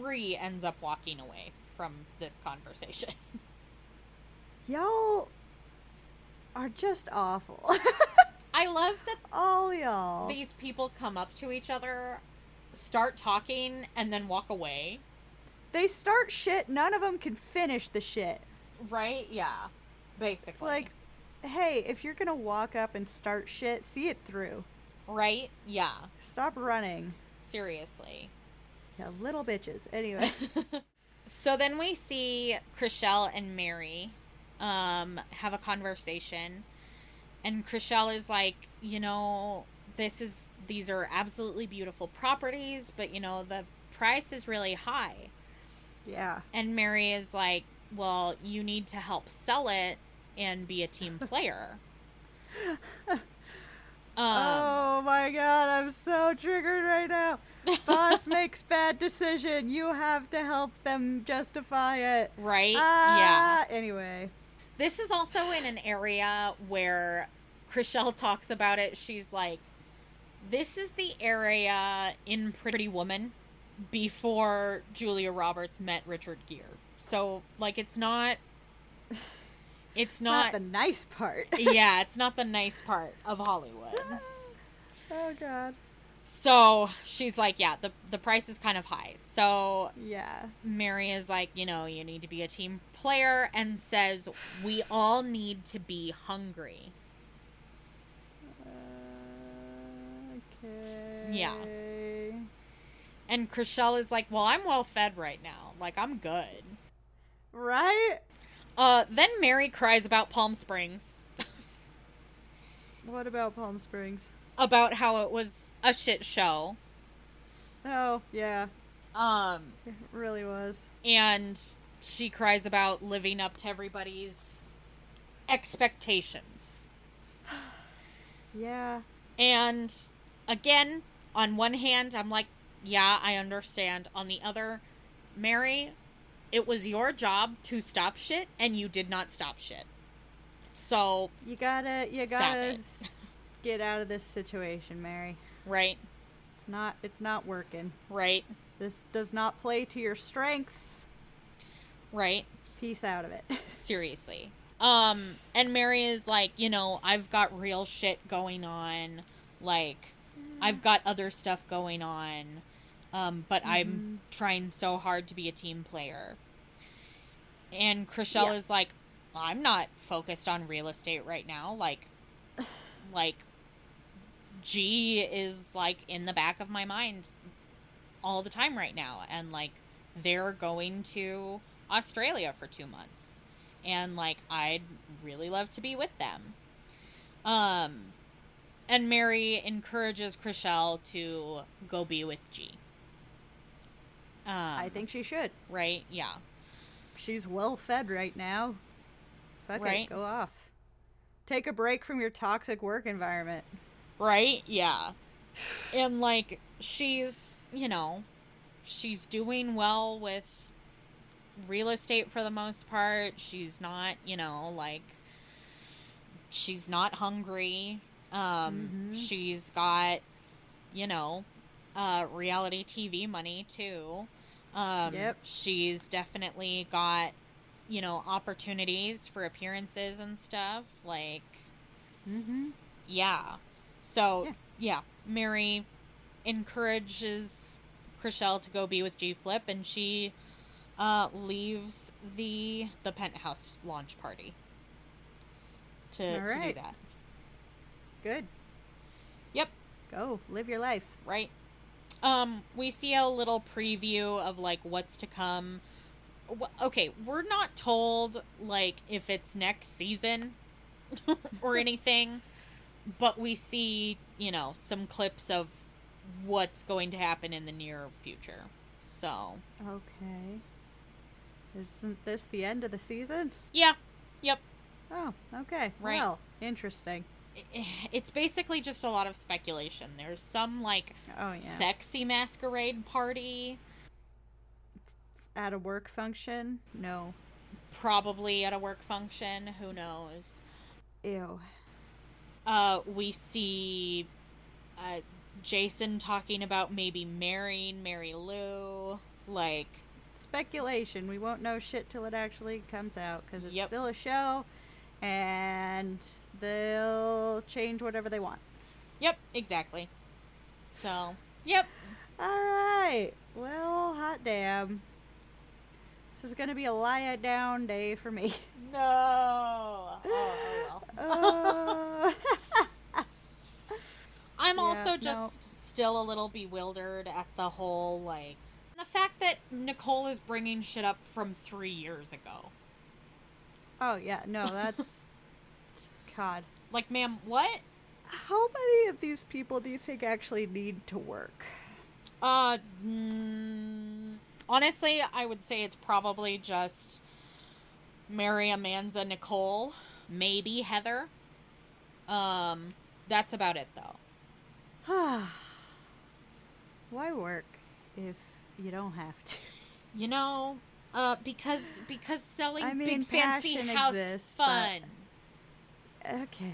Bree ends up walking away from this conversation. [LAUGHS]
Y'all are just awful. [LAUGHS]
I love that
All y'all.
these people come up to each other, start talking, and then walk away.
They start shit, none of them can finish the shit.
Right? Yeah. Basically.
It's like, hey, if you're gonna walk up and start shit, see it through.
right? Yeah.
Stop running.
Seriously.
Yeah, little bitches.
[LAUGHS]
Anyway.
So then we see Chriselle and Mary um, have a conversation, and Chriselle is like, you know, this is these are absolutely beautiful properties, but you know the price is really high.
yeah.
And Mary is like, well, you need to help sell it and be a [LAUGHS] team player. um,
oh my god, I'm so triggered right
[LAUGHS]
now. Boss makes bad decision. You have to help them justify it.
right? yeah.
Ah, Anyway.
This is also in an area where Chriselle talks about it. She's like, this is the area in Pretty Woman before Julia Roberts met Richard Gere. So, like, it's [LAUGHS] not. It's
It's not
not.
the nice
[LAUGHS]
part.
yeah, it's not the nice part of Hollywood.
oh god.
So she's like, yeah, the, the price is kind of high. So
Yeah.
Mary is like, you know, you need to be a team player and says, we all need to be hungry.
Uh, okay.
Yeah. And Chriselle is like, "Well, I'm well fed right now. Like I'm good."
Right?
Uh, then Mary cries about Palm Springs,
What about Palm Springs?
about how it was a shit show.
Oh, yeah.
Um,
It really was.
and she cries about living up to everybody's expectations.
Yeah.
And again, on one hand, I'm like, "Yeah, I understand." On the other, Mary, it was your job to stop shit, and you did not stop shit. So,
You gotta, you
Stop
gotta
it.
s- get out of this situation, Mary.
right,
It's not, it's not working.
right,
This does not play to your strengths.
right.
Peace out of it.
seriously um and mary is like you know i've got real shit going on like i've got other stuff going on um but i'm trying so hard to be a team player and chriselle
Yeah.
is like i'm not focused on real estate right now like like g is like in the back of my mind all the time right now and like they're going to australia for two months and like i'd really love to be with them um and mary encourages chriselle to go be with g um,
I think she should.
right yeah
She's well fed right now. Fuck
Right.
it, go off. Take a break from your toxic work environment.
right yeah and like she's you know she's doing well with real estate for the most part she's not you know like she's not hungry um
Mhm.
she's got you know uh reality tv money too um
Yep.
she's definitely got you know opportunities for appearances and stuff like
Mm-hmm.
yeah. So,
Yeah.
yeah. Mary encourages Chriselle to go be with G Flip, and she uh, leaves the the penthouse launch party to,
All
to do
right.
that.
Good.
Yep.
Go live your life.
Right. Um, we see a little preview of like what's to come. Wh- Okay, we're not told like if it's next season [LAUGHS] or anything, but we see you know some clips of what's going to happen in the near future. So
Okay. Isn't this the end of the season?
yeah, yep.
Oh, okay.
Right.
Well, interesting.
I- It's basically just a lot of speculation. There's some like
Oh yeah.
sexy masquerade party,
At a work function? No.
probably at a work function. Who knows?
Ew.
Uh, we see uh, Jason talking about maybe marrying Mary Lou. Like,
Speculation. We won't know shit till it actually comes out because it's
Yep.
still a show, and they'll change whatever they want.
yep, exactly. So, yep,
All right. Well, hot damn. This is gonna be a lie down day for me.
no. Oh, oh, well.
Uh,
I'm
Yeah,
also
no.
just still a little bewildered at the whole like the fact that Nicole is bringing shit up from three years ago.
[LAUGHS] oh yeah. No,
[LAUGHS]
that's. God.
Like, ma'am, what?
How many of these people do you think actually need to work? [SIGHS]
Uh, mm, honestly, I would say it's probably just Mary Amanza Nicole, maybe Heather. Um, that's about it though.
Why work if you don't have to?
You know, uh, because because selling
I mean,
big fancy
passion
house
exists,
is fun.
Okay.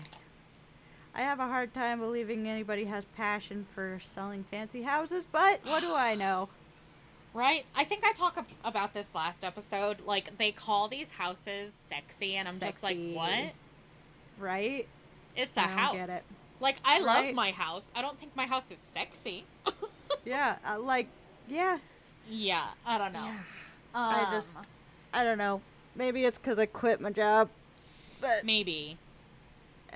I have a hard time believing anybody has passion for selling fancy houses, but what do I know?
Right? I think I talked ab- about this last episode. Like, they call these houses sexy, and I'm just like,
Sexy.
what?
Right?
It's a
I
house.
don't get it.
Like, I
Right?
love my house. I don't think my house is sexy.
Yeah, uh, like, yeah.
Yeah, I don't know.
Yeah.
Um,
I just- I don't know. Maybe it's because I quit my job, but
maybe.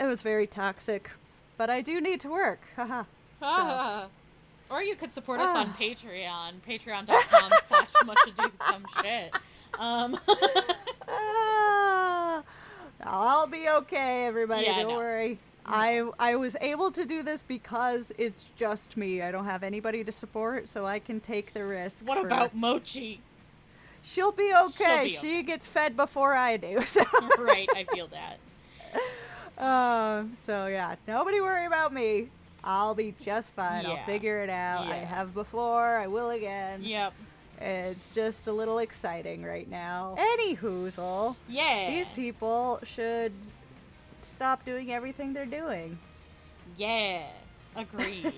it was very toxic. But I do need to work. Haha.
[LAUGHS] or you could support us
Ah.
on Patreon, patreon.com
[LAUGHS]
slash much ado some shit. Um, [LAUGHS]
Ah, I'll be okay, everybody.
Yeah,
don't
no.
worry. I I was able to do this because it's just me. I don't have anybody to support, so I can take the risk.
what
for-
about Mochi?
She'll be okay.
be
she gets fed before I do. [LAUGHS] So,
right, I feel that.
um, so yeah, nobody worry about me. I'll be just fine. I'll
Yeah.
figure it out. I
Yeah.
have before. I will again.
Yep.
It's just a little exciting right now. Any hoozle.
Yeah.
These people should stop doing everything they're doing.
Yeah. Agreed.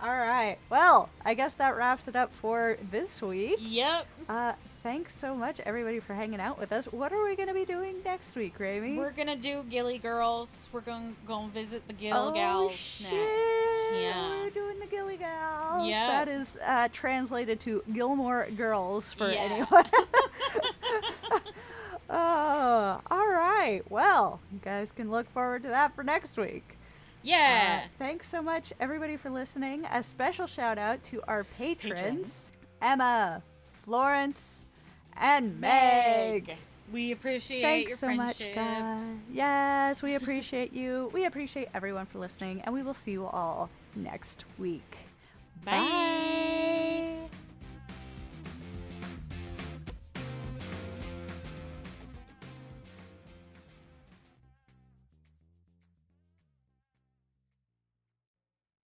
All right. Well, I guess that wraps it up for this week.
yep.
Uh, thanks so much, everybody, for hanging out with us. What are we going to be doing next week, Rami?
We're gonna do Gilly Girls. We're gonna go visit the Gill
oh,
Gals
shit.
next. Yeah.
We're doing the Gilly Gals.
Yep.
That is uh, translated to Gilmore Girls for
Yeah.
anyone. [LAUGHS] Oh, all right. Well, you guys can look forward to that for next week.
Yeah.
Uh, thanks so much, everybody, for listening. A special shout out to our patrons,
Patrons.
Emma, Florence, and Meg.
We appreciate your
Thanks so much,
friendship.
guys. Yes, we appreciate you. We appreciate everyone for listening, and we will see you all next week.
Bye.